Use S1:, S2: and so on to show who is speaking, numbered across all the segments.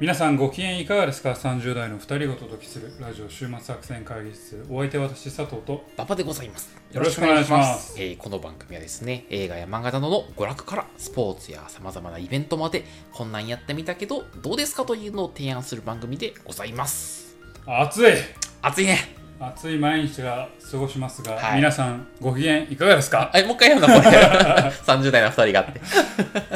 S1: 皆さんご機嫌いかがですか ?30 代の2人がお届けするラジオ週末作戦会議室お相手は私佐藤と
S2: 馬場でございます。
S1: よろしくお願いします
S2: えーこの番組はですね、映画や漫画などの娯楽からスポーツや様々なイベントまで、こんなんやってみたけど、どうですかというのを提案する番組でございます。
S1: 暑い
S2: 暑いね。
S1: 暑い毎日が過ごしますが、
S2: はい
S1: 皆さんご機嫌いかがですか
S2: あ、えもう一回やるな、これ。30代 の二人があって。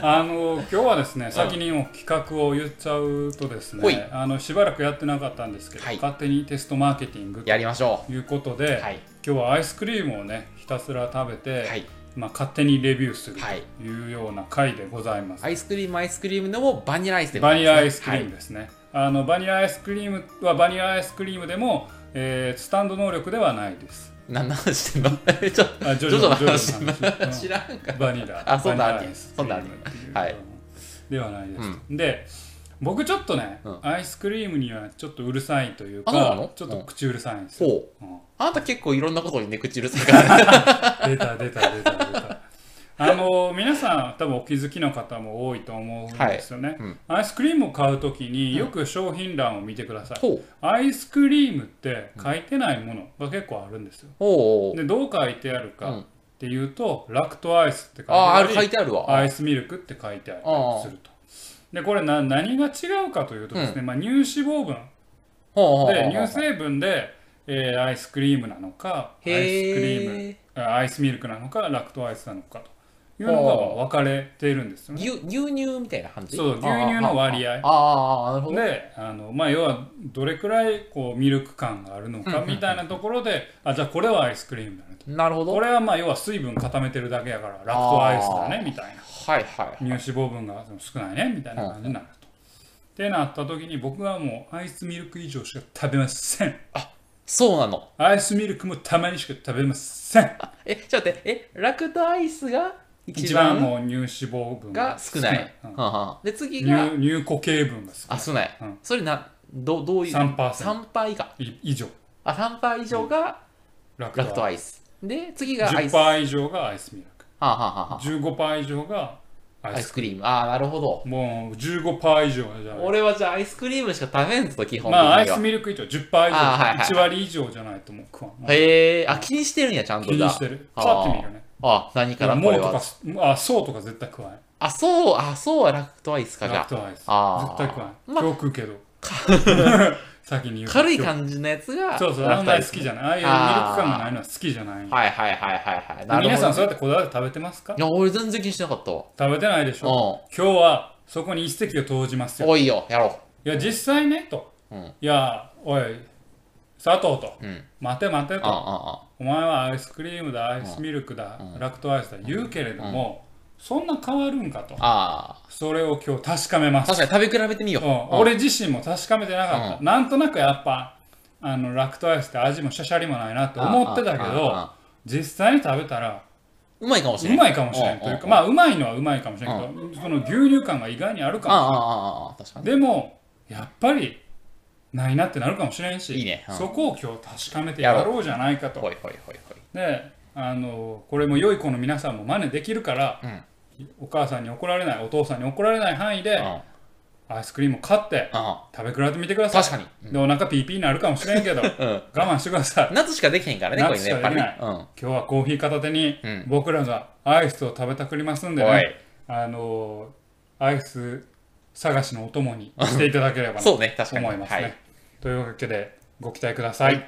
S1: あの今日はですね先にもう企画を言っちゃうとです
S2: ほい
S1: ねあのしばらくやってなかったんですけど、
S2: はい
S1: 勝手にテストマーケティングと
S2: やりましょ
S1: いうことで、
S2: う。はい。
S1: 今日はアイスクリームをねひたすら食べて、
S2: はい。
S1: まあ、勝手にレビューする
S2: はい
S1: というような回でございます、
S2: アイスクリーム、アイスクリームでもバニラアイスでも
S1: バニラアイスクリーム
S2: は
S1: ですね、あのバニラアイスクリームはバニラアイスクリームでも、えースタンド能力ではないです
S2: い。何の話してんの ちょっ
S1: あ
S2: と、ジョジョの話
S1: ジョジョの話
S2: 知らんか。
S1: バニラ
S2: あそう
S1: バ
S2: だ
S1: ニラアイスクリームっていう
S2: そうだはい
S1: ではないです、で僕ちょっとね、
S2: うん
S1: アイスクリームにはちょっとうるさいという
S2: あそうな
S1: か
S2: の
S1: ちょっと口うるさいんですよ、
S2: ほう。
S1: うん
S2: あなた結構いろんなことにね、口うるさいから。
S1: 出た出た出た出たあの皆さん多分お気づきの方も多いと思うんですよね、
S2: うん
S1: アイスクリームを買うときに
S2: うん
S1: よく商品欄を見てください、
S2: ほう。
S1: アイスクリームって書いてないものが結構あるんですよ
S2: ほう。
S1: でどう書いてある
S2: う
S1: かっ
S2: ん
S1: ていうと、ラクトアイスって書いて
S2: ああ、
S1: あ
S2: あ
S1: る
S2: れ書いてあるわ。
S1: アイスミルクって書いてあったりするとでこれな何が違うかというとですね、まあ、乳脂肪分
S2: ほうほうほう
S1: で
S2: ほう
S1: 乳成分で、えーアイスクリームなのかアイスクリーム
S2: へー
S1: あアイスミルクなのかラクトアイスなのかというのが
S2: ほう
S1: 分かれているんですよね。
S2: 牛牛乳みたいな感じ
S1: そう牛乳の割合
S2: あーあーあーなるほど
S1: であの、まあ、要はどれくらいこうミルク感があるの
S2: うんうん
S1: か
S2: うん
S1: みたいなところであじゃあこれはアイスクリームだねと
S2: なるほど
S1: これはまあ要は水分固めてるだけやからラクトアイスだ
S2: あ
S1: ねみたいな
S2: はいはい
S1: 乳脂肪分が少ないねみたいな感じになると。ってなった時に僕はもうアイスミルク以上しか食べません
S2: そうなの
S1: アイスミルクもたまにしか食べません
S2: えちょっと待ってえラクトアイスが
S1: 一
S2: 一
S1: 番
S2: 番
S1: もう乳脂肪分
S2: が少ない
S1: うん
S2: はんはんで次が
S1: 乳乳固形分が少
S2: あ
S1: ない
S2: 少ない
S1: うん
S2: それなどどういう
S1: 3%
S2: 3%以下
S1: い以上
S2: あ3%以上が
S1: ラク
S2: ラクト
S1: トアイ
S2: アイスで次
S1: ス
S2: がアイスは
S1: 10%以上がアイスミルク
S2: あはあはあは
S1: 15%以上が
S2: あ
S1: ア
S2: ア
S1: イ
S2: イ
S1: ス
S2: スクリームああなるほど
S1: もう15%以上はじゃない
S2: 俺はじゃあアイスクリームしか食べんぞ基本的に
S1: ま
S2: は、
S1: あアイスミルク以上10%以上
S2: あはいはい
S1: 1割以上じゃないともう食わんもう
S2: へえあ気にしてるんやちゃんと
S1: 気
S2: じゃ
S1: に
S2: あ
S1: してる
S2: あー
S1: パッて見るよね
S2: あ何から
S1: も
S2: こ
S1: う
S2: れ
S1: と
S2: は
S1: かあそうとか絶対食わん
S2: あ、そう、あ、そうはラクトアイスかじ
S1: ラ
S2: ゃ
S1: クトアイス絶
S2: あー
S1: 対食わん
S2: ま
S1: 今
S2: あ
S1: 日食うけど 先に言うと
S2: あ。軽い感じのやつが
S1: そうそう、
S2: ラ
S1: あ
S2: ク
S1: ん
S2: トア
S1: ま
S2: イ
S1: り
S2: ス
S1: 好きじゃない。ああいうミルク感がないのは好きじゃない。
S2: はいはいはいはいはい。なるほど
S1: 皆さん、そうやってこだわって食べてますか
S2: いや、俺全然気にしなかったわ。
S1: 食べてないでしょ。
S2: う
S1: 今日はそこに一石を投じます
S2: ん。
S1: よ。
S2: おいよ、やろ
S1: いや、実際ね、と。
S2: う。うん。うん。うん
S1: いや、おい、佐藤と。
S2: うん
S1: 待て待て
S2: う
S1: と。
S2: ん。
S1: お前はアイスクリームだ、アイスミルクだ、ラクトアイスだ言うけれども、そんな変わるんかと。
S2: あ
S1: それを今日確かめま
S2: あ。
S1: す。
S2: 確かに食べ比べてみよう。
S1: うん
S2: うん
S1: 俺自身も確かめてなかった。なんとなくやっぱ、あのラクトアイスって味もシャシャリもないなって思ってたけ
S2: あああ
S1: ど、
S2: あ
S1: 実際に食べたら、
S2: うまいかもしれ
S1: うま
S2: ない。
S1: いかもしれんというか、
S2: あ、
S1: まあうまいのはうまいかもしれんけど、その牛乳感が意外にある
S2: ああ
S1: か
S2: ああああ、確か
S1: も。
S2: に。
S1: でも、やっぱりないなってなるかもしれん
S2: いい
S1: し
S2: ねうん、
S1: そこを今日確かめてやろうじゃないかと。
S2: ほいほいほいほい。
S1: で、あのこれも良い子の皆さんも真似できるから
S2: うん、
S1: お母さんに怒られない、お父さんに怒られない範囲
S2: う
S1: で
S2: ん。、あ
S1: アイスクリームを買って、
S2: あ。
S1: 食べ比べてみてくださ
S2: 確
S1: い。
S2: かに。うん
S1: で、お腹ピーピーになるかもしれんけど、
S2: うん。
S1: 我慢してください。
S2: 夏しかできへんからね、これね、やっぱりね。
S1: 夏し
S2: うん。
S1: 今日はコーヒー片手に
S2: うん
S1: 僕らがアイスを食べたくりますんでね。
S2: おい。
S1: あのアイス探しのお供にしていただければなと
S2: そうね、確かに。
S1: 思いますね。
S2: はい。
S1: というわけでご期待ください。
S2: は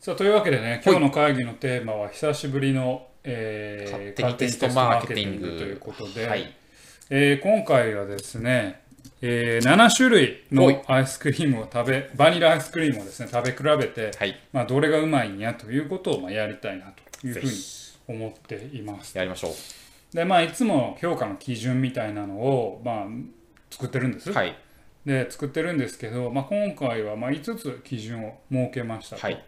S1: さあというわけでね今日の会議のテーマは久しぶりの、えー
S2: 勝手にテストマーケティング
S1: 勝手にテストマーケということで、
S2: はい。
S1: えー今回はですね、えー7種類
S2: ほ
S1: の
S2: い
S1: アイスクリームを食べバニラアイスクリームをですね食べ比べて、
S2: はい。
S1: まあ、どれがうまいんやということをまあやりたいなというふ
S2: ぜ
S1: うに
S2: ひ、
S1: 思っています。
S2: やりましょ
S1: でまあいつも評価の基準みたいなのをまあ作ってるんです。
S2: う。はい。
S1: で作ってるんですけど、まあ、今回はまあ5つ基準を設けましたと。
S2: はい。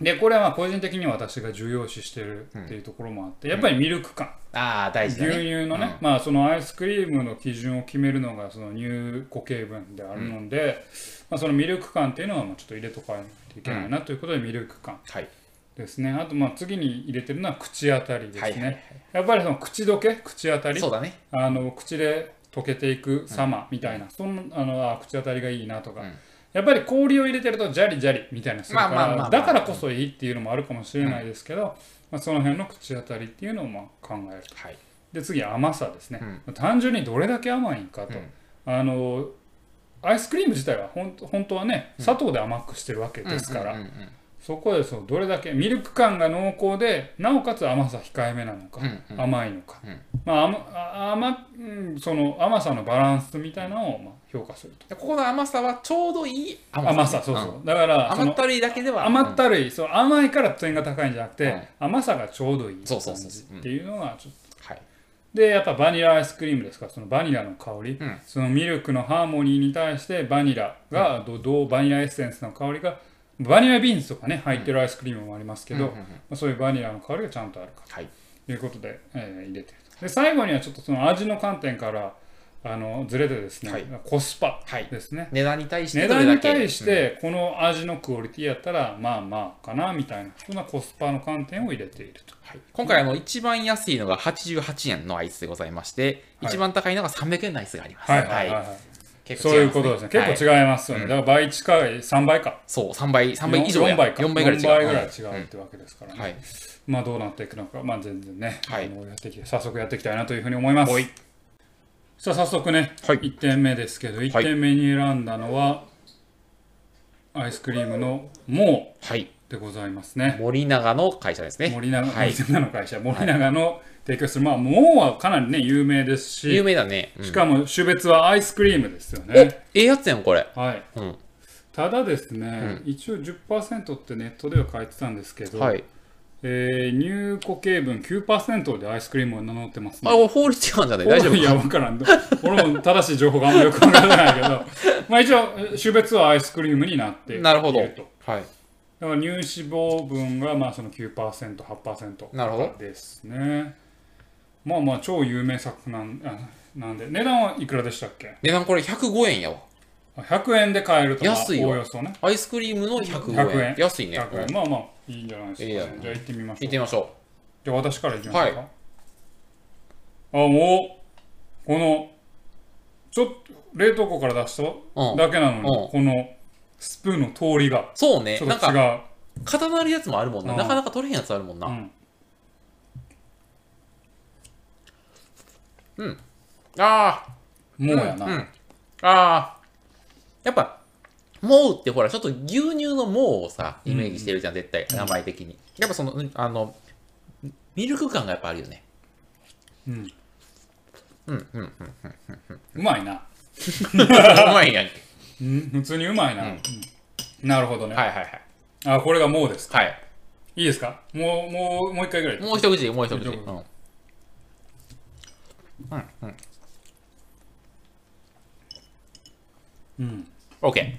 S1: でこれはまあ個人的に私が重要視してるっていうところもあって、やっぱりミルク感、
S2: ああ、大
S1: 牛
S2: 事だね。
S1: 乳のね、まあそのアイスクリームの基準を決めるのがその乳固形分であるので、まあ、そのミルク感っていうのはもうちょっと入れとかないといけないなということでミルク感。
S2: はい。
S1: でですねあとまあ次に入れてるのは口当たりですね、
S2: はいはいはい
S1: やっぱりその口どけ口当たり
S2: そうだね
S1: あの口で溶けていく様みたいな、そんなあのあ口当たりがいいなとか、
S2: うん
S1: やっぱり氷を入れてるとジャリジャリみたいなするから、
S2: まあまあまあまあ
S1: だからこそいいっていうのもあるかもしれないですけど、まあ、その辺の口当たりっていうのをまあ考える
S2: はい
S1: で次甘さですね、
S2: うん
S1: 単純にどれだけ甘いんかと、あのアイスクリーム自体はほん本当はね砂糖で甘くしてるわけですから、
S2: うんうんうん
S1: そこでそのどれだけミルク感が濃厚でなおかつ甘さ控えめなのか、
S2: うんうん
S1: 甘いのか、
S2: うん
S1: まあ甘あ甘うんその甘さのバランスみたいなのをまあ評価すると
S2: でここの甘さはちょうどいい甘さね、
S1: 甘さそうそう、だから
S2: ん
S1: そ
S2: 甘っ
S1: の
S2: たるいだけでは
S1: 甘ったるい、その甘いから点が高いんじゃなくて、
S2: うん
S1: 甘さがちょうどいい
S2: そうそうそうそう
S1: 感じっていうのがちょっと
S2: はい
S1: でやっぱバニラアイスクリームですからそのバニラの香り、
S2: うん
S1: そのミルクのハーモニーに対してバニラがどどうバニラエッセンスの香りがバニラビーンズとかね入ってるアイスクリームもありますけど、
S2: うんうんうん
S1: まあそういうバニラの香りがちゃんとあるか
S2: はい
S1: ということで、えー入れてるとで最後にはちょっとその味の観点からあのずれてですね、
S2: はい
S1: コスパ
S2: はい
S1: ですね、
S2: 値段に対して
S1: 値
S2: どれだ
S1: 段に
S2: け
S1: 対してこの味のクオリティやったらまあまあかなみたいなそんなコスパの観点を入れていると
S2: はい今回あの一番安いのが88円のアイスでございまして、
S1: はい
S2: 一番高いのが300円のアイスがあります
S1: はいはいはい、はい
S2: 結
S1: そ
S2: 構
S1: う
S2: 違
S1: い
S2: ま
S1: うことですね。
S2: は
S1: 結構違いますよね。だから倍近い、3倍か。
S2: そう3倍3倍以上や
S1: 4倍か。
S2: 4倍ぐらい違う
S1: 4倍ぐらい違
S2: は
S1: うっ
S2: い
S1: てわけですから
S2: は
S1: ね。
S2: い
S1: まあどうなっていくのか、まあ全然ね、
S2: はい
S1: あのやっていき早速やっていきたいなというふうに思います
S2: ほい。
S1: さあ早速ね、
S2: はい
S1: 1点目ですけど、1点目に選んだのは、アイスクリームのも
S2: はい、
S1: うでございますね。
S2: 森永の会社ですね
S1: 森永、
S2: はい
S1: 森永の会社、森永の提供する、まあもうはかなりね、有名です
S2: 有
S1: し、
S2: 名だね、うん
S1: しかも種別はアイスクリームですよ
S2: お
S1: ね。
S2: ええやつやんこれ
S1: はい。
S2: うん
S1: ただですね、一応10%ってネットでは書いてたんですけど、
S2: はい
S1: えー入庫成分9%でアイスクリームを名乗ってます
S2: あ
S1: ね。
S2: これ法律違反じゃない大丈夫
S1: いや、わから ん。俺も正しい情報があんまよくわからないけど、 まあ一応、種別はアイスクリームになっていると。
S2: なるほど
S1: だか
S2: はい
S1: ら乳脂肪分がまあその9%、8%
S2: なるほど
S1: ですね。まあまあ、超有名作なんあなんで、値段はいくらでしたっけ
S2: 値段これ105円やわ
S1: あ ?100 円で買えると、まあ
S2: 安い
S1: お
S2: わ
S1: およそね。
S2: アイスクリームの105
S1: 100
S2: 円
S1: 円
S2: 安いね、
S1: 100
S2: うん
S1: 円まあまあ、いいんじゃないですか、
S2: いいや
S1: ね。じゃあ行ってみましょう
S2: 行って。みましょ
S1: じゃあ私からいきましょうか。あ、もう、この、ちょっと冷凍庫から出し
S2: う、う
S1: た
S2: ん、
S1: だけなのに、
S2: うん
S1: このスプーンの通りが、
S2: そうね
S1: ちょ
S2: なん
S1: っと違
S2: か
S1: う。
S2: 固まるやつもあるもんな、
S1: うん
S2: なかなか取れへんやつあるもんな、
S1: うん
S2: ああ
S1: もうやな。
S2: うんうんああやっぱもうってほらちょっと牛乳のもうをさイメージしてるじゃん、絶対名前的にやっぱそのうんあのミルク感がやっぱあるよ ね
S1: うん
S2: うんうんうんう
S1: うまいな。
S2: まいやんけ
S1: うん普通にうまいな。
S2: うん
S1: うんなるほどね。
S2: はいはいはい
S1: あ、これがもうですか。
S2: はい
S1: いいですかもう、もう、もう一回ぐらい。
S2: もう一口もう一口、う
S1: 一口
S2: ん、うんうん
S1: うん。
S2: オッケ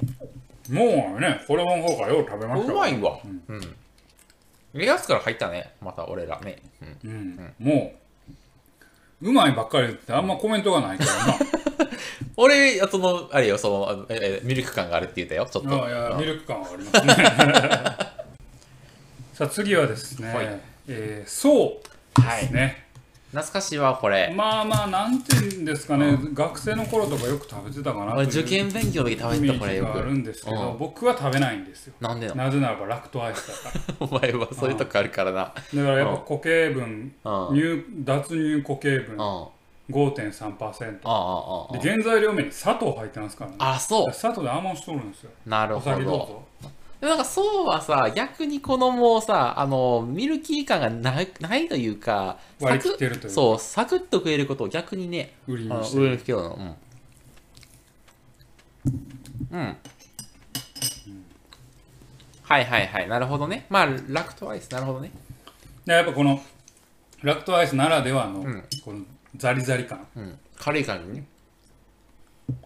S1: もうね、これも方からよう食べました
S2: ーう
S1: よ
S2: まいわ
S1: うん
S2: うんレアスから入ったねまた俺らね、うん、
S1: うん。もう、うまいばっかり言ってあんまコメントがないからな。
S2: 俺そのあれよそのあのええミルク感があるって言ったよちょっと
S1: あいや
S2: うん
S1: ミルク感はあり ますねさあ次はですね、
S2: はい
S1: えーそうですね、
S2: 懐かしいわこれ
S1: まあまあなんていうんですかね、学生の頃とかよく食べてたかなとい
S2: 俺
S1: う
S2: 受験勉強の時食
S1: イ
S2: べ
S1: メ
S2: てたこ
S1: ー
S2: れ
S1: ジ
S2: よ
S1: がある
S2: く
S1: んですけど、
S2: うん
S1: 僕は食べないんですよ
S2: なんで なの
S1: なぜならばラクトアイスだから
S2: お前はそういうとこあるからな
S1: だからやっぱ固形分、
S2: うんう
S1: 乳
S2: ん
S1: 脱乳固形分
S2: あ
S1: 5.3%
S2: あああ
S1: で原材料名に砂糖入ってますからね
S2: ああそう
S1: 砂糖でアーモンドしとるんですよ
S2: なる
S1: お
S2: ほ
S1: 酒どう
S2: ど
S1: ぞ
S2: でもなんかそうはさ逆にこのもうさあのミルキー感がないないというか
S1: 割り
S2: サク
S1: 切ってるという
S2: そうサクッと食えることを逆にね
S1: 売り
S2: あの
S1: にして
S2: 上の人のうん、うん、はいはいはいなるほどねまあラクトアイスなるほどね
S1: でやっぱこのラクトアイスならではの,、
S2: ん
S1: このザリザリ感
S2: うん軽い感じね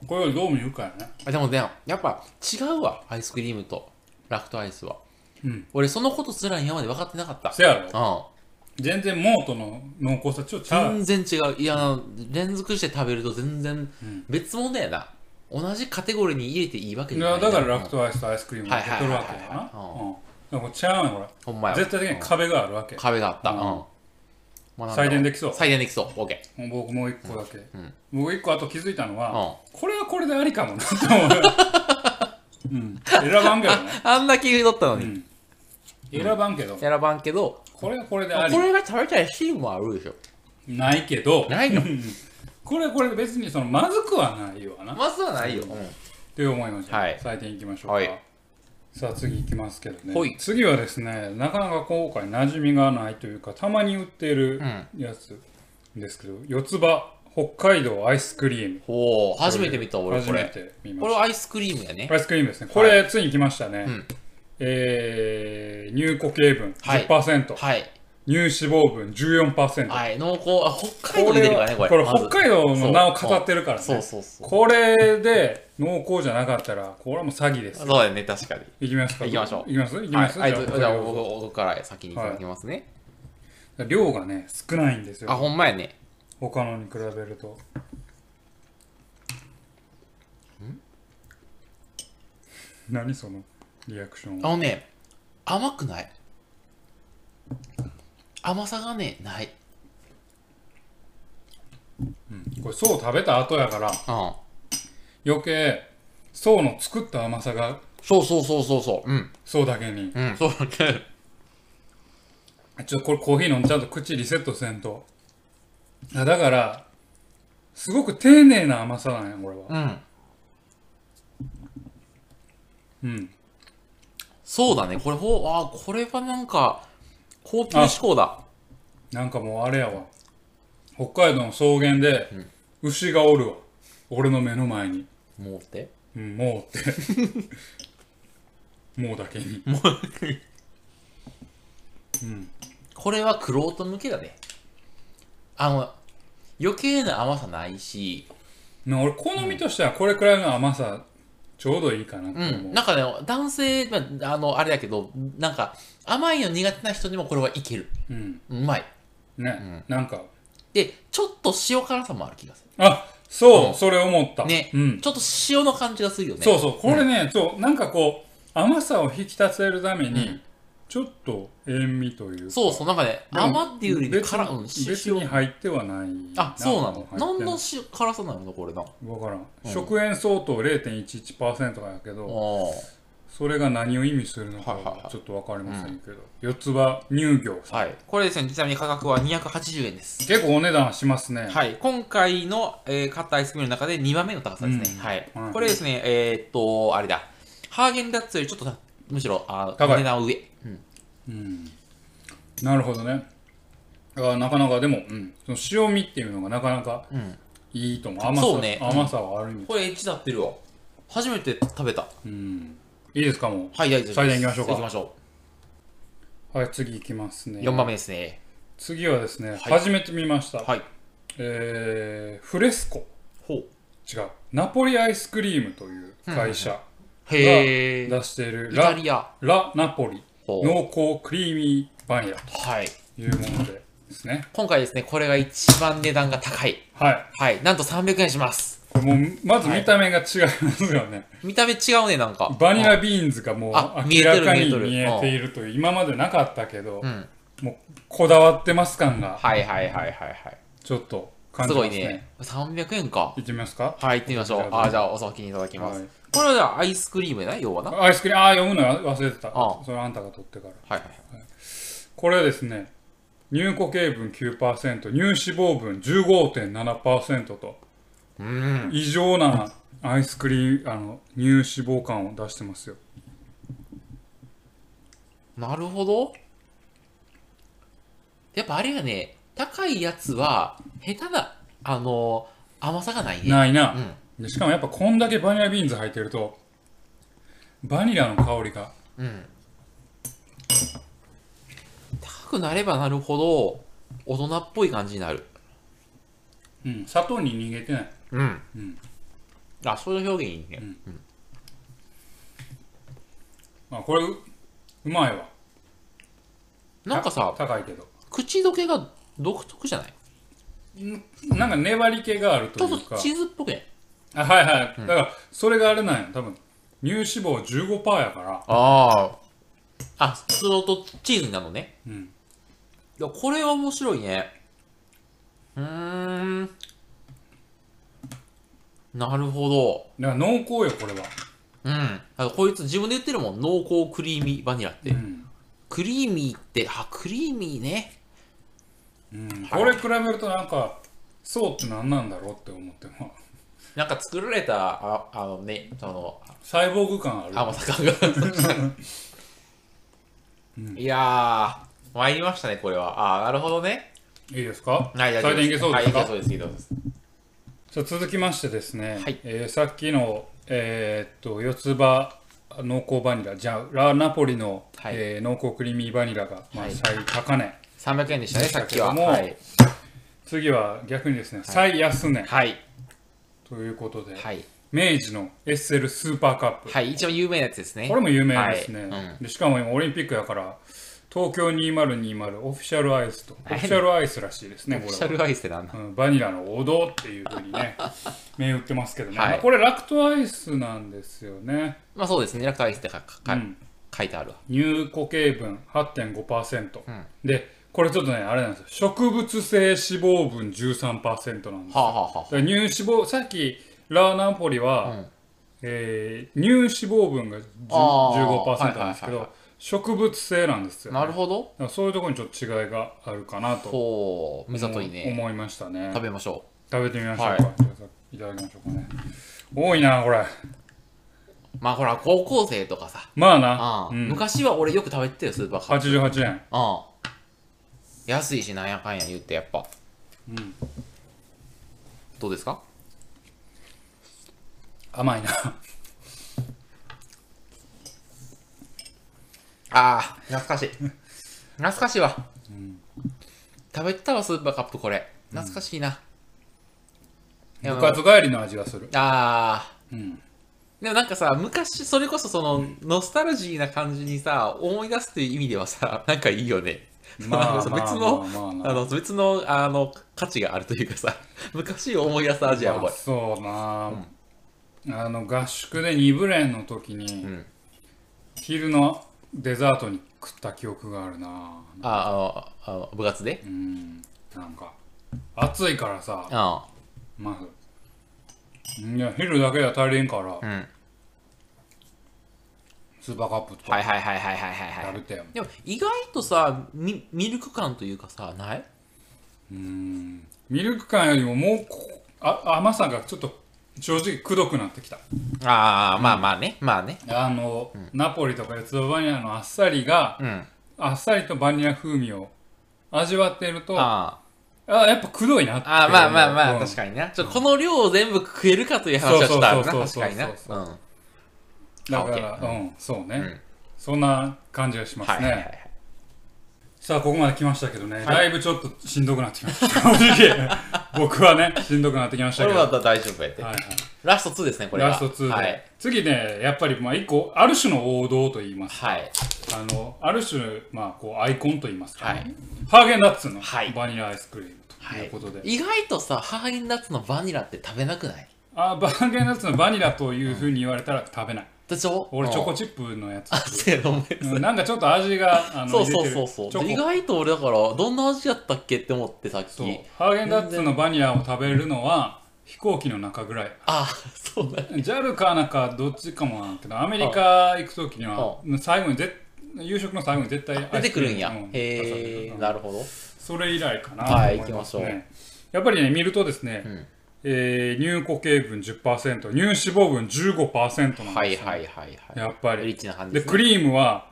S1: これをどう見るかやね
S2: あでもねやっぱ違うわアイスクリームとラクトアイスは
S1: うん
S2: 俺そのことすら今まで分かってなかった
S1: せやろ
S2: う
S1: 全然モートの濃厚さちょっとちゃうん
S2: 全然違ういやあの連続して食べると全然
S1: ん
S2: 別物やな同じカテゴリーに入れていいわけ
S1: い
S2: じゃない
S1: やだからラ
S2: うん
S1: クトアイスとアイスクリームを取るわけや
S2: はいはいはい
S1: な
S2: は
S1: うんらもう違うねこれ
S2: ほんまやわ。
S1: 絶対的に壁があるわけ、
S2: 壁があった。うん。
S1: うん
S2: まあなんだろ
S1: 採点できそう
S2: 採点できそう。OK。
S1: もう僕もう一個だけ、
S2: ん
S1: 僕一個あと気づいたのは、
S2: う
S1: これはこれでありかもなと思う、 うん、選ばんけどね、
S2: ん。あんだけ言うとったの
S1: う
S2: に。
S1: ん、選ばんけど、
S2: 選ばんけど、
S1: これはこれで
S2: ま
S1: あ
S2: あ
S1: り
S2: これが食べたいシーンもあるでしょ。
S1: ないけど
S2: ないの
S1: これはこれで別にそのまずくはないわなっ
S2: まずはないよ。うん。
S1: て思いました、
S2: はい
S1: 採点いきましょうか、
S2: はい
S1: さあ次いきますけどね、
S2: ほい
S1: 次はですねなかなか今回馴染みがないというかたまに売ってるやつですけど、四つ葉北海道アイスクリーム
S2: ほう、初めて見た俺、
S1: 初
S2: こ
S1: め
S2: れ。
S1: て見ま
S2: こ
S1: し
S2: れはアイスクリームやね
S1: た。アイスクリームですねこれ、ついに来ましたね、
S2: ん
S1: えー、乳固形分
S2: はい
S1: 10%、
S2: はい。
S1: 乳脂肪分14%、
S2: はい。濃厚。あ、北海道に出てるからね、これ。
S1: これ
S2: まず
S1: 北海道の名を語ってるからね
S2: そうそうそう。
S1: これで濃厚じゃなかったらこれはもう詐欺です
S2: そうだよね、確かに。
S1: いきますか
S2: 行きましょう
S1: いきますいき
S2: は
S1: ま
S2: い
S1: す、
S2: はい、
S1: じ
S2: じ
S1: ゃ
S2: ゃ
S1: あこれ
S2: あ
S1: を
S2: 僕僕から先にいただきますね。
S1: 量がね少ないんです
S2: あ、
S1: よ
S2: ほんまやね。
S1: 他のに比べると何そのリアクション
S2: あのね、甘くない。甘さがね、ない。
S1: これ層食べた後やから
S2: うん。
S1: 余計層の作った甘さが
S2: そうそうそうそうそう。うん。
S1: 層だけに
S2: うん。そうだね。
S1: ちょっとこれコーヒー飲んでちゃんと口リセットせんとあだからすごく丁寧な甘さなんやこれは
S2: うん。
S1: うん
S2: そうだね。これほう、あー、これはなんか、高級志向だ。
S1: なんかもうあれやわ北海道の草原で牛がおるわ俺の目の前に、
S2: もうって。
S1: うん、もうって もうだけに
S2: これはクロート向けだね。あの、余計な甘さないし、
S1: な俺好みとしてはこれくらいの甘さちょうどいいかなって
S2: う
S1: 思う、
S2: ん。なんかね、男性、まああの、あれだけど、なんか、甘いの苦手な人にもこれはいける。
S1: うん
S2: うまい。
S1: ね、なんか
S2: で、ちょっと塩辛さもある気がす
S1: あそう、
S2: うん
S1: それ思った
S2: る。ね。
S1: うん、
S2: ちょっと塩の感じがするよね。
S1: そうそうこれね、そうなんかこう甘さを引き立てるために、
S2: うん
S1: ちょっと塩味というか
S2: そうそう、なんかね、
S1: でも
S2: 甘っていうより
S1: 別
S2: 辛、うん、
S1: に
S2: し
S1: 別に入ってはない
S2: あ、そうなの
S1: 入。って
S2: 何の塩辛さなのこれな。あ
S1: 分からん、食塩相当0.11%やけど
S2: あ。
S1: それが何を意味するのか
S2: はいはいは
S1: はいちょっと分かりませんけど、四つ葉乳業さん、
S2: はい。これですね、ちなみに価格は280円です。
S1: 結構お値段しますね、
S2: はい。今回の、えー、買ったアイスクリームの中で2番目の高さですね。
S1: うん
S2: はい
S1: はい。
S2: これですね、えーっと、あれだ。ハーゲンダッツよりちょっとなむしろ、あ
S1: 高い
S2: お値段は上。うん。
S1: うん、なるほどねあなかなかでも、うん、その塩味っていうのがなかなか
S2: うん
S1: いいと思う甘
S2: そう
S1: さ
S2: ねうん
S1: 甘さはある意味、
S2: これエッチだってるわ。初めて食べた。
S1: うん、いいですかも
S2: はい、大丈夫です。
S1: 最大行きましょうか
S2: 行きましょ
S1: うはい次いきますね
S2: う。4番目ですね。
S1: 次はですね、
S2: い
S1: 初めて見ました、
S2: はい。
S1: えーフレスコ
S2: ほう。
S1: 違うナポリアイスクリームという会社
S2: へえ。
S1: 出している
S2: イ
S1: ラ,、
S2: タリア。
S1: ラナポリ
S2: ほう。
S1: 濃厚クリーミーバニラ
S2: はい。
S1: というものでですね
S2: 今回ですね、これが一番値段が高い。
S1: はい
S2: はい。なんと300円します。
S1: これもうまず見た目が違いますよね、
S2: 見た目違うね、なんか。
S1: バニラビーンズがもう
S2: あ
S1: 明らか
S2: 見え
S1: に
S2: てる
S1: 見
S2: 見え
S1: え
S2: てる
S1: ているという今までなかったけど、
S2: うん。
S1: こだわってます感が
S2: はいはいはいはいはい。
S1: ちょっと感
S2: す
S1: じま
S2: ご
S1: す
S2: い
S1: ね
S2: ね。300円か。
S1: いきますか
S2: はい、行ってみましょう。あ、じゃあお先にいただきます。
S1: はい
S2: これはじゃあアイスクリームやな、要はな。はい
S1: アイスクリームああ読むの忘れてた
S2: あ
S1: それあんたが取ってから
S2: はい。
S1: これはですね乳固形分9%乳脂肪分15.7%と
S2: うーん。
S1: 異常なアイスクリームあの乳脂肪感を出してますよ
S2: なるほど。やっぱあれやね、高いやつは、下手な、あのー甘さがないね。
S1: ないな、
S2: うん。
S1: でしかもやっぱこんだけバニラビーンズ入ってるとバニラの香りが
S2: うん。高くなればなるほど、大人っぽい感じになる。
S1: うん砂糖に逃げてない
S2: うん。
S1: うん
S2: あ、そういう表現いいね。
S1: あこれううまいわ
S2: なんかさ、
S1: 高いけど
S2: 口どけが独特じゃない
S1: なんか粘り気がある
S2: ち
S1: と
S2: ょっ
S1: いう
S2: と
S1: か
S2: チーズっぽくね。
S1: あはいはい、だからそれがあれなんや多分乳脂肪15%やから
S2: ああ。あ、スローとチーズなのね。
S1: うん。
S2: いや、これは面白いね。うーん。なるほど。
S1: だから濃厚よ、これは。
S2: うん。あこいつ自分で言ってるもん。濃厚クリーミーバニラって。
S1: うん。
S2: クリーミーって、あ、クリーミーね。
S1: うん、これ比べるとなんか、そうって何なんだろうって思っても、
S2: なんか作られた、ああのね、その、
S1: サイボーグ感ある。
S2: 甘さ感が。いやー、参りましたね、これは。あー、なるほどね。
S1: いいですか
S2: はい、大丈
S1: 採
S2: 夫
S1: 点いけそうですか、
S2: はい、いけそうです、いけそうです。
S1: さあ続きましてですね、
S2: はい
S1: えーさっきの、えーっと四つ葉濃厚バニラじゃあラ・ナポリの、
S2: はい
S1: えー濃厚クリーミーバニラが、まあ
S2: はい
S1: 最高値
S2: 300円でしたね、さっきは。
S1: でしたけども
S2: はい。
S1: 次は逆にですね、最安値
S2: はい。
S1: ということで、
S2: はい。
S1: 明治のエッセルスーパーカップ、
S2: はい、一番有名なやつですね。
S1: これも有名ですね、
S2: はいうん
S1: でしかも今オリンピックやから東京2020オフィシャルアイスとオフ
S2: はい
S1: ィシャルアイスらしいですね
S2: オ
S1: これ
S2: フィ
S1: は
S2: シャルアイスってなんだ
S1: うんバニラの王道っていうふうに ね銘打ってますけどね、
S2: はい
S1: まあこれラクトアイスなんですよね、
S2: まあそうですね、ラクトアイスってかかか
S1: うん
S2: 書いてあるわ。
S1: 乳固形分8.5%、
S2: ん
S1: でこれちょっとねあれなんですよ植物性脂肪分13%なんです
S2: はあ、はあは
S1: だから乳脂肪さっきラーナンポリは、
S2: うん
S1: えー乳脂肪分が10
S2: あー
S1: 15%なんですけど、
S2: はいはいはいはい
S1: 植物性なんです
S2: あ、
S1: よ、
S2: なる
S1: だ
S2: ほど。
S1: からそういうところにちょっと違いがあるかなと思
S2: ほう、目ざといいね。
S1: 思いましたね
S2: 食べましょ
S1: 食べてみましょうか、
S2: はい
S1: じゃあいただきましょうかね多いなこれ
S2: う。まあほら、高校生とかさ。
S1: まあな
S2: あ、あ
S1: うん、
S2: 昔は俺よく食べてたよ、スーパーカップ。
S1: 88円
S2: ああ安いし、なんやかんや言って、やっぱ。
S1: うん。
S2: どうですか
S1: 甘いな
S2: ああ、懐かしい。懐かしいわ。食べてたわ、スーパーカップ、これ。懐かしいな。いや
S1: 部活帰りの味がする
S2: ああ。
S1: うん
S2: でもなんかさ、昔、それこそその、ノスタルジーな感じにさ、思い出すっていう意味ではさ、なんかいいよね。
S1: まあ
S2: そう別の、
S1: まあまあまあ
S2: あの、別の、あの、価値があるというかさ、 昔を思い出す味やわ、
S1: ま
S2: こ
S1: あ
S2: れ。
S1: そうな、あの合宿で2部連の時に、
S2: ん
S1: 昼のデザートに食った記憶があるな
S2: ああの、あの、部活で
S1: うんなんか暑いからさ
S2: あ
S1: まずいや昼だけじゃ足りんから、
S2: あ、うん。
S1: スーパーカップと
S2: はい
S1: か
S2: はいはいはいはいはい、は
S1: 食べ
S2: い。
S1: て、よ
S2: でも、意外とさ、ミミルク感というかさ、ない
S1: うんミルク感よりももうこあ甘さがちょっと正直くどくなってきた
S2: ああ、まあまあね、まあね。
S1: あの、ナポリとか四つ葉バニラのあっさりが、
S2: うん。あ
S1: あっさりとバニラ風味を味わっているとあ
S2: あ。
S1: やっぱくどいなっていう
S2: ああ、まあまあまあ、
S1: うん
S2: 確かにな。ちょ、この量を全部食えるかという話はしたな、
S1: そうそ
S2: 確
S1: うそうそう
S2: かにな。
S1: そうそう
S2: うん。は
S1: だ
S2: あオッ
S1: か
S2: ケ
S1: ら、
S2: ー
S1: うんそうね、
S2: ん
S1: そんな感じがしま
S2: いは
S1: す
S2: い
S1: ね、
S2: はいはい。
S1: さあここまで来ましたけどね、だいぶちょっとしんどくなってきました正 直僕はねしんどくなってきまし
S2: こ
S1: たけ
S2: れ
S1: ど、
S2: だ
S1: は
S2: ったら大丈夫やって
S1: い。はい、
S2: ラスト2ですね、これは。
S1: ラスト2で、
S2: はい。
S1: 次ねやっぱりまあ一個ある種の王道と言います
S2: はい。
S1: あのある種、まあ、こうアイコンと言いますか、ね
S2: はい
S1: ハーゲンダッツの
S2: はい
S1: バニラアイスクリームということで、
S2: 意外とさ、ハーゲンダッツのバニラって食べなくない
S1: あバーゲンダッツのバニラというふうに言われたら食べない
S2: でしょ
S1: 俺チョコ
S2: チ
S1: チップのやつ
S2: あ、せやろ、お前
S1: うんなんかちょっと味があの
S2: そう
S1: 入れ
S2: そう
S1: てる
S2: そうそう
S1: チ
S2: で意
S1: ョコ
S2: 外と俺だから、どんな味やったっけって思ってさっ
S1: そう
S2: き。
S1: ハーゲンダッツのバニラを食べるのは飛行機の中ぐらい
S2: あ、そうだ。
S1: JAL かなんかどっちかもなんけどアメリカ行く時には最後にぜ夕食の最後に絶対
S2: 出てくるんや
S1: アイスクリーム。
S2: へ
S1: う
S2: え、
S1: ん
S2: なるほど。
S1: それ以来かな
S2: はい
S1: と思す
S2: 行きましょう
S1: ねやっぱりね見るとですね、
S2: ん
S1: えー乳固形分10%乳脂肪分15%なんですよ、
S2: はいはいはいはい。
S1: やっぱり
S2: リッチな感じ
S1: で
S2: ですね。
S1: クリームは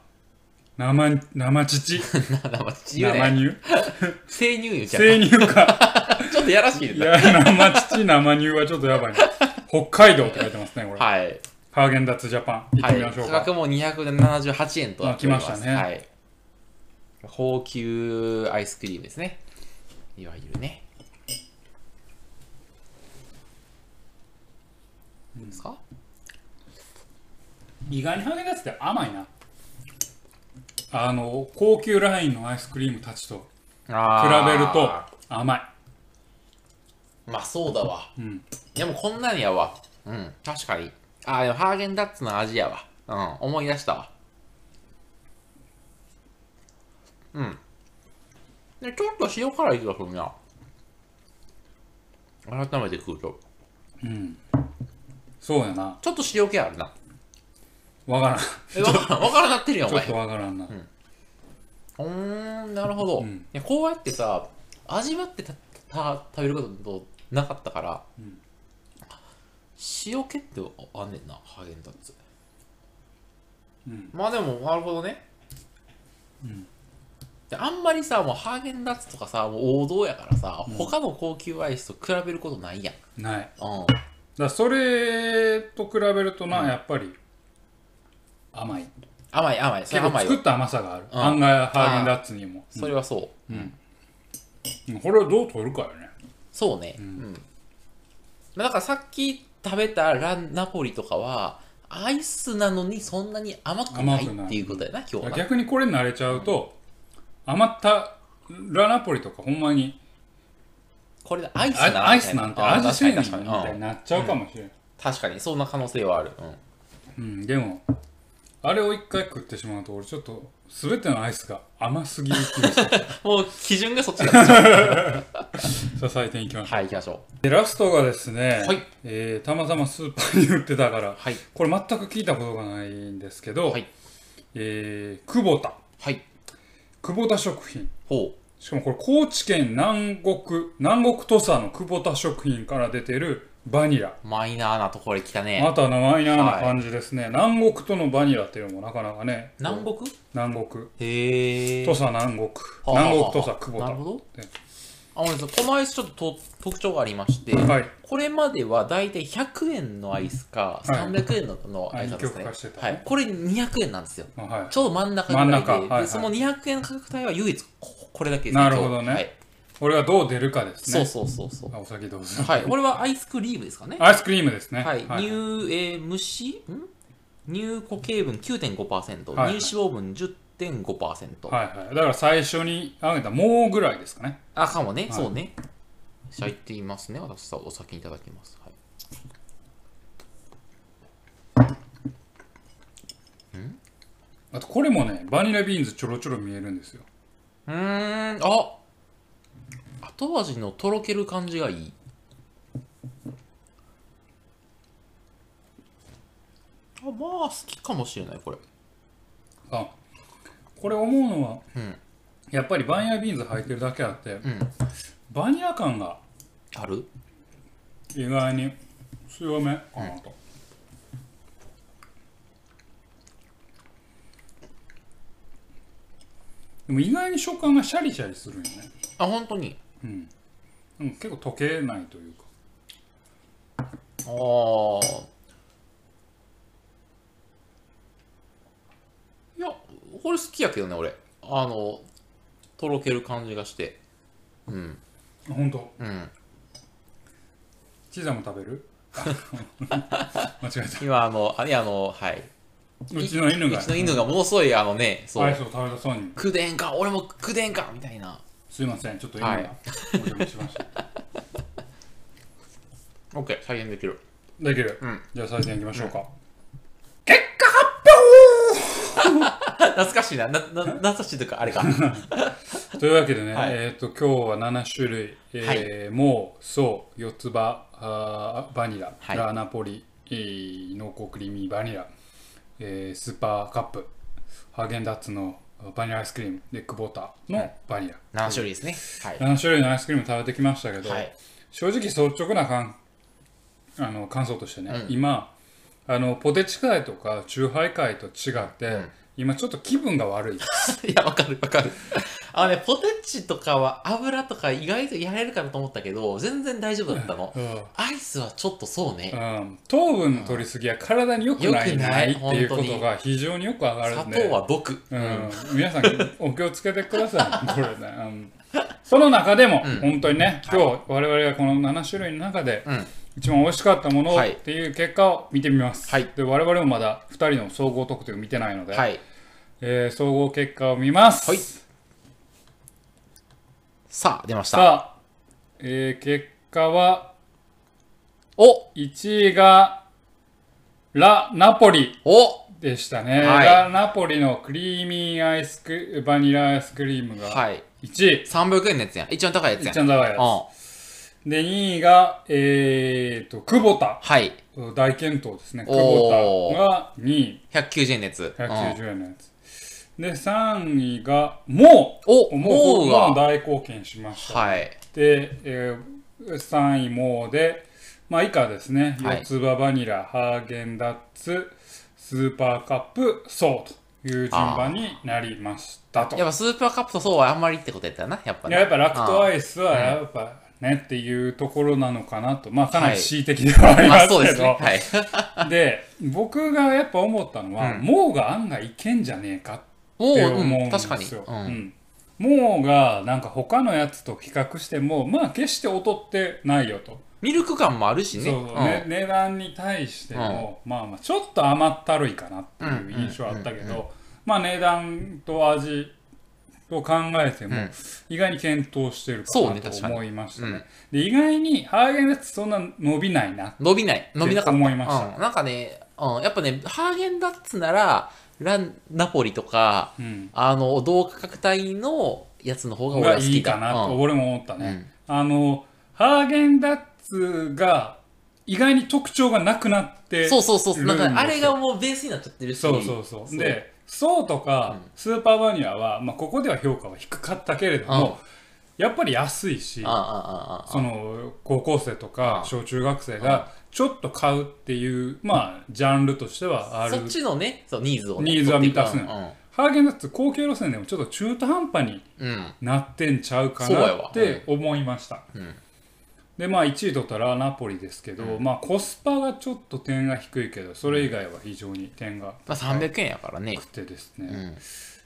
S1: 生生乳
S2: 生乳よ
S1: 生
S2: ね。
S1: 乳
S2: 生乳よじゃ
S1: 生
S2: ん。
S1: 乳 か
S2: ちょっとやらしい
S1: い
S2: ですね。
S1: や生乳生乳はちょっとやばいな北海道って書いてますねこれ、
S2: はい。
S1: ハーゲンダッツジャパン行っ
S2: は
S1: て
S2: い
S1: みましょう
S2: 価
S1: か、
S2: 格も278円となっております
S1: あ来ましたね
S2: はい、高級アイスクリームですねいわゆるねどうですか
S1: 意外にハーゲンダッツって甘いなあの高級ラインのアイスクリームたちと比
S2: あー
S1: べると甘い
S2: まあそうだわ、
S1: ん
S2: でもこんなんやわうん確かにあーでもハーゲンダッツの味やわうん思い出したわうん。で、ちょっと塩辛い気がするな。改めて食うと。
S1: うん。そうやな。
S2: ちょっと塩気あるな。
S1: わからん。
S2: え、わからん、わからんなってるやん、お
S1: ちょっ
S2: 前
S1: と。わからんな。
S2: うーん、なるほど。
S1: うん
S2: いやこうやってさ、味わってたた食べることなかったから、塩気ってあんねんな、ハーゲンダッツ。
S1: うん
S2: まあでも、なるほどね。であんまりさ、もうハーゲンダッツとかさ、もう王道やからさ、他の高級アイスと比べることないやん。
S1: ない。だか
S2: うん。
S1: らそれと比べるとな、やっぱり甘い。
S2: 甘い甘い、それ
S1: 結
S2: は
S1: 構
S2: 甘い
S1: 作
S2: よ。
S1: った甘さがある。
S2: うん
S1: 案外ハーゲンダッツにも。
S2: それはそう。
S1: うんこれをどう取るかよね。
S2: そうね。うん。だからさっき食べたランナポリとかは、アイスなのにそんなに甘くない
S1: 甘くない
S2: っていうことやな、今日はな。
S1: 逆にこれに慣れちゃうと、余ったラナポリとかほんまに
S2: これでアイスな
S1: あアイスなんて味せえ
S2: い
S1: ねんみたいになっちゃうかもしれん。
S2: 確かに、そんな可能性はある。うん。
S1: うん、でも、あれを一回食ってしまうと、俺ちょっと、すべてのアイスが甘すぎる気がする。
S2: もう基準がそっちだ。
S1: さあ、採点いきましょう。
S2: はい、行きましょう。
S1: でラストがですね、
S2: はい
S1: えーたまたまスーパーに売ってたから、
S2: はい。
S1: これ全く聞いたことがないんですけど、
S2: はい
S1: えー久保田、
S2: はい。
S1: 久保田食品。
S2: ほう。
S1: しかもこれ、高知県南国、南国土佐の久保田食品から出てるバニラ。
S2: マイナーなところに来たね。
S1: また名前な感じですね、南国とのバニラっていうのもなかなかね、
S2: 南国
S1: 南国、
S2: へえ。
S1: 土佐南国、
S2: はあはあ
S1: 南国土佐久保
S2: な
S1: 田
S2: る。ほど
S1: で。
S2: あ、ごめんなさい。このアイスちょっとと特徴がありまして、
S1: はい。
S2: これまでは大体100円のアイスか
S1: はい
S2: 300円の,、のアイスなんです
S1: あ二極
S2: ね
S1: 化してた
S2: は
S1: ね
S2: い、これ200円なんですよ
S1: あは
S2: ちょうど真ん中ぐらいで
S1: 真ん中はいはい
S2: でその200円の価格帯は唯一ここれだけです
S1: なるほどね
S2: はい、
S1: い、これがどう出るかです
S2: そ
S1: ね。
S2: うそうそうそう、
S1: あお先どうぞ。
S2: はい、これはアイスクリームですかね
S1: アイスクリームですね。
S2: はい、乳、えー、虫ん乳固形分9.5%、
S1: はいはい
S2: 乳脂肪分10.5%、
S1: はいはい。だから最初にあげたもうぐらいですかね。
S2: あかもね、そうねじゃあいっていますね私さお先にいただきます、はい、
S1: あとこれもね、バニラビーンズちょろちょろ見えるんですよ。
S2: うーんあ後味のとろける感じがいいあまあ好きかもしれないこれ
S1: あこれ思うのは、
S2: うん
S1: やっぱりバニラビーンズ入ってるだけあって、
S2: ん
S1: バニラ感が
S2: ある
S1: 意外に強めかなと。でも意外に食感がシャリシャリするよね。
S2: あ本当に
S1: うん、結構溶けないというか。
S2: あーいやこれ好きやけどね俺あのとろける感じがしてうん
S1: あほんと。
S2: うん
S1: チーザも食べる 間違えた。
S2: 今あのあれあのはいう
S1: うちの犬が
S2: ちの犬がものすごいあのねそう
S1: アイスを食べたそうに。
S2: くでんか俺もくでんかみたいな
S1: すいません、ちょっと犬が
S2: はい
S1: お邪魔しました。
S2: OK 再現できる
S1: できる。
S2: うん
S1: じゃあ採点いきましょうか。
S2: 懐かしいななな懐かしいというかあ れか
S1: というわけでね、
S2: はい
S1: えっ、と、今日は7種類、えーもう、そう、四つ葉、あーバニラ、
S2: はい
S1: ラーナポリ、えー濃厚クリーミーバニラ、えースーパーカップ、ハーゲンダッツのバニラアイスクリーム、で、クボタのバニラ。
S2: 何種類ですねはい、
S1: 7種類のアイスクリーム食べてきましたけど、
S2: はい、
S1: 正直率直な感あの感想としてね、
S2: うん
S1: 今あのポテチ会とかチューハイ会と違って、
S2: ん
S1: 今ちょっと気分が悪い
S2: いやわかるわかるあのねポテチとかは油とか意外とやれるかなと思ったけど全然大丈夫だったの
S1: うん
S2: アイスはちょっとそうね
S1: うん糖分の取りすぎは体に良くない
S2: 良く
S1: な
S2: ないい
S1: っていうことが非常によく上がる
S2: 砂
S1: ん
S2: 糖
S1: で、
S2: は毒
S1: うん、皆さんお気をつけてくださいこれね、うんその中でも、本当にね今日我々がこの7種類の中で、
S2: うん
S1: 一番美味しかったもの
S2: はい
S1: っていう結果を見てみます、
S2: はい
S1: で我々もまだ2人の総合得点を見てないので、
S2: はい
S1: えー、総合結果を見ます。
S2: はいさあ出ました
S1: さあ、えー、結果は、
S2: お
S1: 1位が、ラ・ナポリ、
S2: お
S1: でしたね、
S2: はい
S1: ラナポリのクリーミーアイスクバニラアイスクリームが
S2: はい。
S1: 1位、
S2: 300円のやつやん。一番高いやつ
S1: い
S2: や
S1: っ
S2: ん。
S1: ちゃん高いやつ
S2: う
S1: で2位がえー、と久保田
S2: ん。はい。
S1: 大健闘ですね久
S2: おー
S1: 保田が2位
S2: 190円のやつ。うん
S1: 190円のやつ、で3位がもうも
S2: お、も
S1: うも
S2: う
S1: う
S2: が。
S1: 大貢献しました、
S2: はい。
S1: で、えー3位もうでまあ以下ですね、
S2: はい
S1: 四つ葉バニラハーゲンダッツスーパーカップそうという順番になりましたとい
S2: やっぱスーパーカップとそうはあんまりってことやったな、やっぱな
S1: ややっぱラクトアイスは
S2: うん
S1: やっぱねっていうところなのかなとまあかな
S2: は
S1: り
S2: い
S1: 恣意的ではあ
S2: う
S1: り
S2: ん
S1: ま
S2: ますあそうで
S1: け
S2: す
S1: ど、
S2: ね。は い。
S1: で僕がやっぱ思ったのは、
S2: うん
S1: もうが案外いけんじゃねえかって
S2: もう、
S1: 思うん
S2: うん、
S1: で
S2: 確かに。
S1: すよ。
S2: うん
S1: うんもうがなんか他のやつと比較してもまあ決して劣ってないよと、
S2: ミルク感もあるしね。
S1: そうね値段に対しても、まあまあちょっと甘ったるいかなっていう印象あったけ
S2: うんうんうん
S1: どまあ値段と味と考えても
S2: うん
S1: 意外に検討してるか
S2: そう
S1: な
S2: ね確
S1: と
S2: かに
S1: 思いました
S2: う
S1: ね
S2: ん
S1: で意外にハーゲンダッツそんな伸びないな
S2: 伸びない。伸びなかった。
S1: 思いました
S2: うん。なんかね、うん、やっぱね、ハーゲンダッツなら、ラン、ナポリとか、
S1: うん
S2: あの、同価格帯のやつの方が俺は
S1: が
S2: 好
S1: い
S2: き
S1: い
S2: だ。
S1: かなと
S2: うん
S1: 俺も思ったね、
S2: うん
S1: あのハーゲンダッツが意外に特徴がなくなって
S2: そうそうそう。
S1: いる
S2: なん
S1: んです
S2: か、
S1: よ
S2: あれがもうベースになっちゃってるし。
S1: そうそうそうでそうとか、スーパーバニラは、まあ、ここでは評価は低かったけれども、やっぱり安いし
S2: ああ、ああ、ああ。
S1: その高校生とか
S2: うん
S1: 小中学生がちょっと買うっていう、まあジャンルとしてはある
S2: そっちのね、そう、ニーズをね。
S1: ニーズは満たす
S2: 取っ
S1: の
S2: ていくうん
S1: ハーゲンダッツ高級路線でもちょっと中途半端に
S2: うん。
S1: なってんちゃうか
S2: そうや
S1: な
S2: わ
S1: って思いました、
S2: うん
S1: でまあ1位取ったらナポリですけど、まあコスパがちょっと点が低いけどそれ以外は非常に点が
S2: まあ、300円やからね
S1: 低。くてですね、
S2: うん。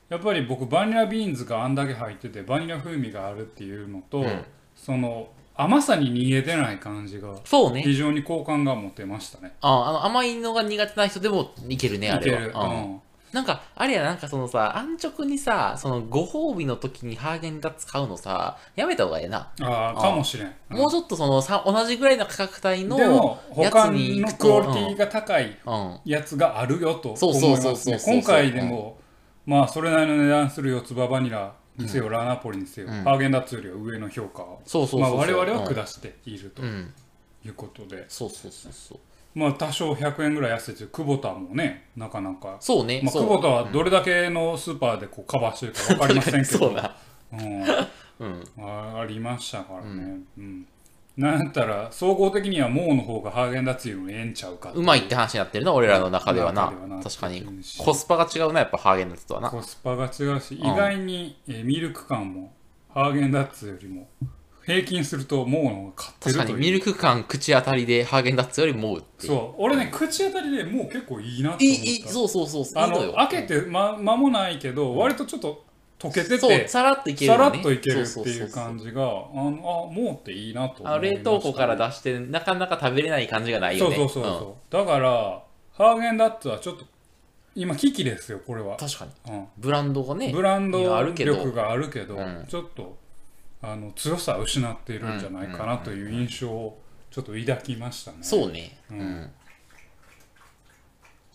S1: やっぱり僕バニラビーンズがあんだけ入っててバニラ風味があるっていうのと、
S2: うん
S1: その甘さに逃げてない感じが
S2: そうね。
S1: 非常に好感が持てましたね
S2: ああの甘いのが苦手な人でもいけるね、あ
S1: いけ
S2: れは。
S1: る、
S2: うんなんか、あれや、なんかそのさ、安直にさ、そのご褒美の時にハーゲンダッツ買うのさ、やめた方がええな。
S1: うんああ
S2: あ
S1: かもしれん、うん
S2: もうちょっとそのさ、同じぐらいの価格帯の
S1: でも
S2: やつ
S1: 他
S2: に
S1: の
S2: 行く
S1: クオ
S2: と。
S1: リティが高い
S2: うん。うん
S1: やつがあるよと
S2: そう
S1: 思い
S2: そう
S1: ま
S2: そう
S1: す
S2: そう
S1: ね
S2: そう
S1: 今回でも、まあそれなりの値段する四つ葉バニラにせよ、ラナポリにせよ、
S2: うん
S1: ハーゲンダッツよりは上の評価を
S2: そうそうそうそう。
S1: まあ、我々は下していると
S2: うん。
S1: いうことで、
S2: そうそうそうそう。
S1: まあ多少100円ぐらい安いですよ久保田もねなかなか、
S2: そうね。
S1: まあ、
S2: そう
S1: 久保田はどれだけのスーパーでこうカバーしてるか分かりませんけ
S2: そう
S1: ど、
S2: だ。
S1: うん
S2: うん。
S1: あありましたからね、うんなんやったら総合的にはモーの方がハーゲンダッツよりもええんちゃうかって
S2: うまいって話になってるな、俺らの中ではな。
S1: 中ではな
S2: 確かに。コスパが違うな、やっぱハーゲンダッツとはな。
S1: コスパが違うし意
S2: ん
S1: 外に、えーミルク感もハーゲンダッツよりも平均するとモーの方が買ってると
S2: 確
S1: い
S2: か
S1: う
S2: に、ミルク感、口当たりでハーゲンダッツよりもうっていう。
S1: そう俺ね口当たりでもう結構いいなと思った
S2: いい、いい、そうそうそう。
S1: あ
S2: いい
S1: の
S2: よ
S1: 開けてま間もないけど割とちょっと溶けて
S2: そう、
S1: て
S2: さらっといける
S1: さ
S2: よね
S1: らっといけるって
S2: そそ
S1: い
S2: そうそ
S1: 感じがあのあもうっていいなと思いました
S2: あの冷凍庫から出して、なかなか食べれない感じがない
S1: そ
S2: よ
S1: う
S2: ね。
S1: そうそうそうだからハーゲンダッツはちょっと今危機ですよこれは
S2: うん、確かに。
S1: うん
S2: ブランドがね、
S1: ブランド
S2: いやあるけど
S1: 力があるけど、
S2: うん
S1: ちょっとあの強さを失っているんじゃないかなという印象をちょっと抱きましたね。
S2: そうね。
S1: う
S2: うんん。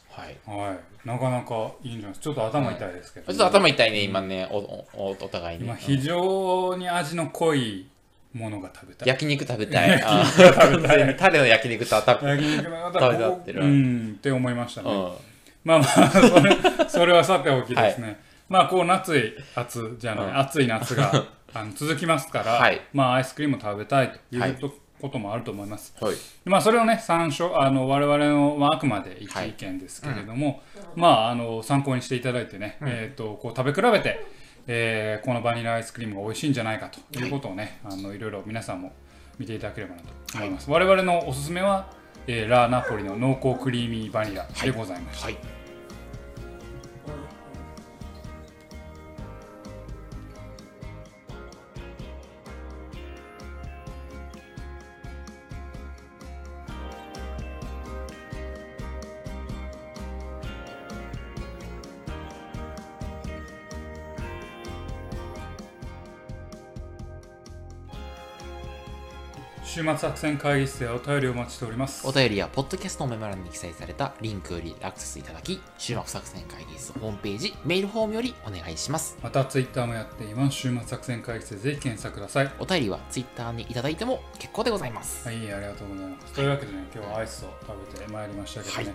S2: はい。
S1: はい、なかなかいいんじゃないですか。ちょっと頭痛いですけど、
S2: ちょっと頭痛いね、今ね、お、お、おお互いね。
S1: 今
S2: うん
S1: 非常に味の濃いものが食べたい。
S2: 焼肉食べたい。あ
S1: 食べたい
S2: ー タレの焼肉と は食べ
S1: 焼肉の方
S2: 食べた
S1: は
S2: って
S1: ここ
S2: る
S1: うんって思いましたね。
S2: うん。
S1: まあまあそれ それはさておきですね、まあこう夏い暑じゃない、
S2: うん
S1: 暑い夏があの続きますから、
S2: はい
S1: まあアイスクリーム食べたいとい
S2: はいう
S1: と、こともあると思います
S2: はい。
S1: まあ、それをね参照あの我々の、まあ、あくまで一
S2: はい
S1: 意見ですけれども、まああの参考にしていただいてね、えっ、とこう食べ比べて、えーこのバニラアイスクリームが美味しいんじゃないかということをね、い、あのいろいろ皆さんも見ていただければなと思います、我々のおすすめは、えーラーナポリの濃厚クリーミーバニラでございました、
S2: はい。
S1: 週末作戦会議室でお便りをお待ちしております
S2: お便りは、ポッドキャストのメモ欄に記載されたリンクよりアクセスいただき、週末作戦会議室ホームページ、メールフォームよりお願いします。
S1: またツイッターもやっています週末作戦会議室でぜひ検索ください
S2: お便りは、ツイッターにいただいても結構でございます。
S1: はいありがとうございますというわけでね今日はアイスを食べてまいりましたけどね、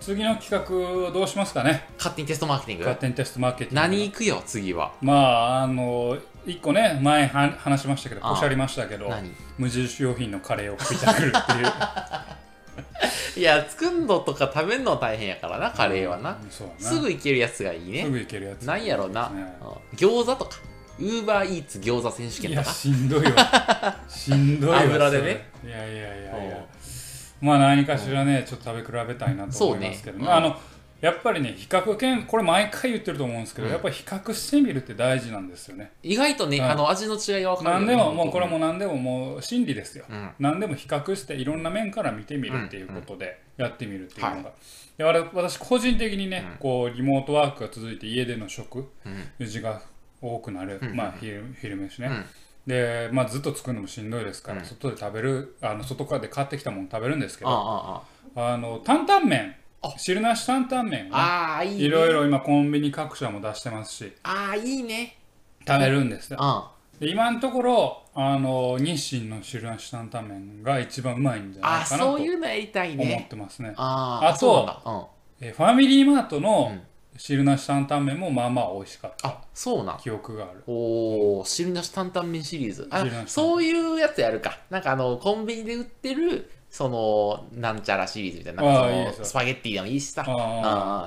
S1: 次の企画をどうしますかね
S2: 勝手にテストマーケティング
S1: 勝。手にテストマーケティング
S2: 何行くよ、次は。
S1: まああの一個ね前は話しましたけど
S2: ああ
S1: こしゃりましたけど
S2: 何
S1: 無印良品のカレーを食いたくるっていう
S2: いや、作んのとか食べんの大変やからな、 カレーはな
S1: う。んそうだな
S2: すぐ行けるやつがいい
S1: す
S2: ね。
S1: ぐいけるやつ
S2: なんやろな、
S1: ね
S2: うん餃子とか、ウーバーイーツ餃子選手
S1: い
S2: 権と
S1: や
S2: か。
S1: しんどい わしんどいわ
S2: 油でね
S1: それいやいやいやい
S2: うん
S1: やまあ何かしらねちょっと食べ比べたいなと思いますけど、
S2: そ
S1: ね
S2: うねうん
S1: あのやっぱりね比較研これ毎回言ってると思うんですけど、
S2: うん
S1: やっぱり比較してみるって大事なんですよね
S2: 意外とね、
S1: うん
S2: あの味の違いが分かる
S1: 何
S2: よね。
S1: でももうこれはもう何でももう真理ですよ、
S2: うん
S1: 何でも比較していろんな面から見てみるっていうことでやってみるっていうのが、いや我々私個人的にね、
S2: うん
S1: こうリモートワークが続いて家での食
S2: うん
S1: 事が多くなる、
S2: うん
S1: まあ、昼昼飯ね、
S2: うん
S1: で、まあ、ずっと作るのもしんどいですから、
S2: うん
S1: 外で食べるあの外からで買ってきたもの食べるんですけ
S2: あ
S1: ど
S2: ああ
S1: あの担々麺
S2: あ
S1: 汁なし担々麺をね
S2: あああいいね
S1: いろいろ今コンビニ各社も出してますし
S2: ああいいね
S1: 食べるんですよ
S2: あ
S1: で今のところあの日清の汁なし担々麺が一番うまいんじゃない
S2: あ
S1: かなと
S2: そうい
S1: 思
S2: うのやりたい
S1: っ
S2: ね
S1: てますね
S2: ああ
S1: あと
S2: そうなんだうん
S1: えファミリーマートの
S2: うん
S1: 汁なし担々麺もまあまあ美味しかっ
S2: あそうなん
S1: た記憶がある
S2: おお汁なし担々麺シリーズあ
S1: 汁なし担々麺
S2: そういうやつやるかなんかあのコンビニで売ってるそのなんちゃらシリーズみたいななん
S1: ああいい
S2: か
S1: です
S2: その
S1: よ
S2: スパゲッティでもいいしさあ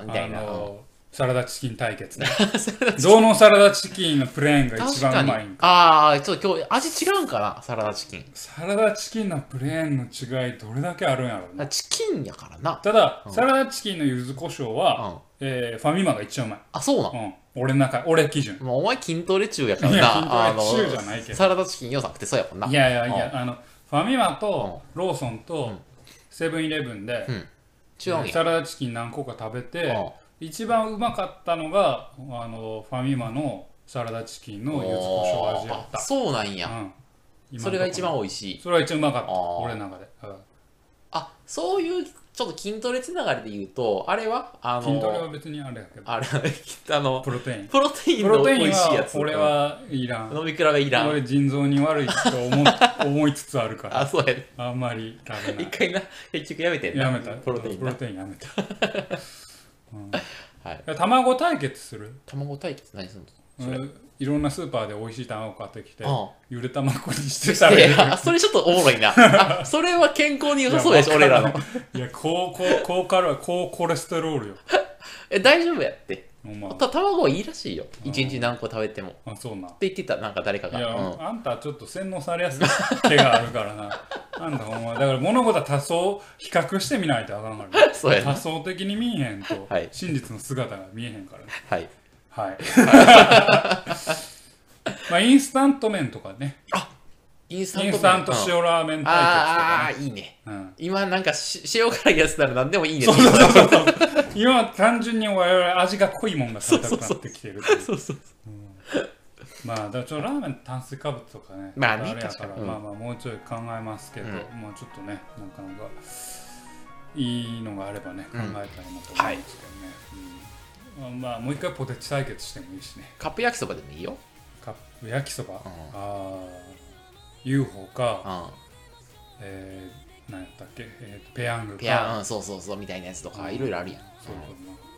S1: あ
S2: ー
S1: ー
S2: みたいな
S1: のサラダチキン対決
S2: それ
S1: 象のサラダチキンのプレーンが
S2: 確
S1: 一
S2: か
S1: 番う
S2: に
S1: まいんか
S2: ああちょっと今日味違うんかなサラダチキン
S1: サラダチキンのプレーンの違いどれだけあるんやろう
S2: あ
S1: な
S2: チキンやからな
S1: ただ、サラダチキンの柚子胡椒は、
S2: うん
S1: えーファミマが一番うま
S2: あそうなん
S1: い、うん、俺の中俺基準
S2: もうお前筋トレ中やから
S1: いや
S2: な、あの
S1: 筋トレ中じゃないけど
S2: サラダチキン良さくてそうやもんな。
S1: いやいやいや、あのファミマとローソン
S2: う
S1: と
S2: ん
S1: セブンイレブンで
S2: うん、違うんや。
S1: サラダチキン何個か食べて、
S2: うん
S1: 一番うまかったのがあのファミマのサラダチキンの柚子胡椒味だっ
S2: あそうなんや。
S1: た、うん今のところ
S2: それが一番美味しい。
S1: それが一番うまかった
S2: あー
S1: 俺の中で、うん
S2: あそういうちょっと筋トレつながりで言うと、あれはあの、
S1: 筋トレは別にあれやけど
S2: あれ あの、
S1: プロテイン
S2: プロテイン
S1: プロ
S2: の
S1: テイ
S2: 美
S1: ン
S2: 味しいや
S1: は
S2: つ。
S1: 俺はいらん
S2: 飲み比べいらん。
S1: 俺腎臓に悪いと思 思いつつあるか
S2: あ、
S1: ら
S2: そうやね。
S1: あんまり食べない
S2: 一回な、結局やめてんな
S1: やめた
S2: プロテイン
S1: プロ
S2: な。
S1: テインやめ た、うん
S2: はい。
S1: 卵対決する
S2: 卵対決何すんのそれ。
S1: うんいろんなスーパーで美味しい卵買ってきて、
S2: うん
S1: ゆで卵にして食べ
S2: で
S1: る
S2: あそれちょっとおも ろいな。あそれは健康に良さそうやし、
S1: いや
S2: 俺らの。
S1: いや高高高カロ高コレステロールよ
S2: え、大丈夫やって。
S1: お前
S2: た卵いいらしいよ
S1: うん
S2: 一日何個食べてもって
S1: あそうな
S2: 言ってたなんか誰か
S1: いや、
S2: が、うん
S1: あんたちょっと洗脳されやすい毛があるからなあんたお前だから物事は多層比較してみないとあかんからね
S2: そうやな
S1: 多層的に見えへんと、
S2: はい
S1: 真実の姿が見えへんからね
S2: はい
S1: はい まあインスタント麺とかね
S2: インスタン
S1: イ
S2: ト
S1: ンスタント
S2: うん
S1: 塩ラーメン対
S2: あーあ
S1: 決
S2: ーいいね
S1: とかね、うん、
S2: 今なんかし塩辛いやつなら何でもいいね
S1: そうそうそうそう。 今は単純に我々味が濃いもんが食べたくなってきてるっていう
S2: そうそう
S1: まあだからちょっとラーメン炭水化物とかね。
S2: まあね
S1: れやか
S2: 確
S1: ら
S2: かに
S1: まあまあもうちょい考えますけど、
S2: うん
S1: まあちょっとねなかなかいいのがあればね考えた
S2: うん
S1: いなと思うんですけどね。うんまあもう一回ポテチ対決してもいいしね。
S2: カップ焼きそばでもいいよ、
S1: カップ焼きそば、あ
S2: うん
S1: あー UFO
S2: う
S1: か、
S2: ん、
S1: えー、何やったっけ、えー、ペヤングか。
S2: ペヤンうんそうそうそうみたいなやつとか
S1: うん
S2: いろいろあるやん、
S1: そうそうま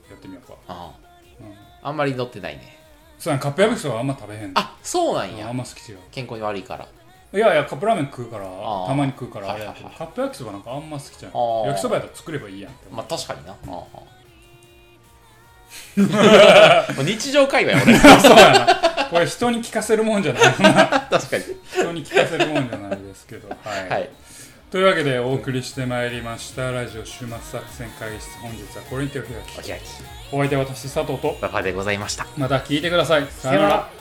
S1: あやってみようか。
S2: うん、
S1: うん
S2: あんまり乗ってないね
S1: そうやんカップ焼きそばはあんま食べへん
S2: あそうなん
S1: あ
S2: や
S1: んま好き違う
S2: 健康に悪いから
S1: いやいやカップラーメン食うから
S2: あー
S1: たまに食うからあれやけど
S2: はいはいはい
S1: カップ焼きそばなんかあんま好きじゃん
S2: あー
S1: 焼きそばやったら作ればいいやんって
S2: まあ確かにな、うんうんも う日常会話や俺
S1: そうやなこれ人に聞かせるもんじゃ ない
S2: 確かに
S1: 人に聞かせるもんじゃないです けどはい、
S2: はい
S1: というわけでお送りしてまいりましたラジオ週末作戦会議室本日はこれにてお開き
S2: お開き
S1: お相手は私佐藤と
S2: パパでございました
S1: また聞いてくださいさよな
S2: さよな
S1: ら
S2: ら